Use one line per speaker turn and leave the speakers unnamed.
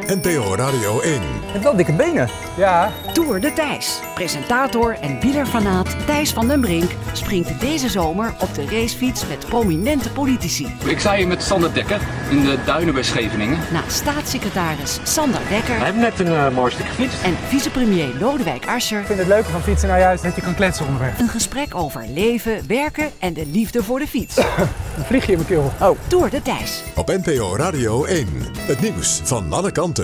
NPO Radio 1.
Je hebt wel dikke benen.
Ja.
Tour de Thijs. Presentator en wielerfanaat Thijs van den Brink springt deze zomer op de racefiets met prominente politici.
Ik sta hier met Sander Dekker in de duinen bij Scheveningen.
Na staatssecretaris Sander
We
Dekker
hebben net een uh, mooi stuk gefietst.
en vicepremier Lodewijk Asscher
Ik vind het leuke van fietsen nou juist dat je kan kletsen onderweg.
een gesprek over leven, werken en de liefde voor de fiets.
Dan vlieg je in mijn keel.
Tour de Thijs.
Op NPO Radio 1. Het nieuws van alle kanten.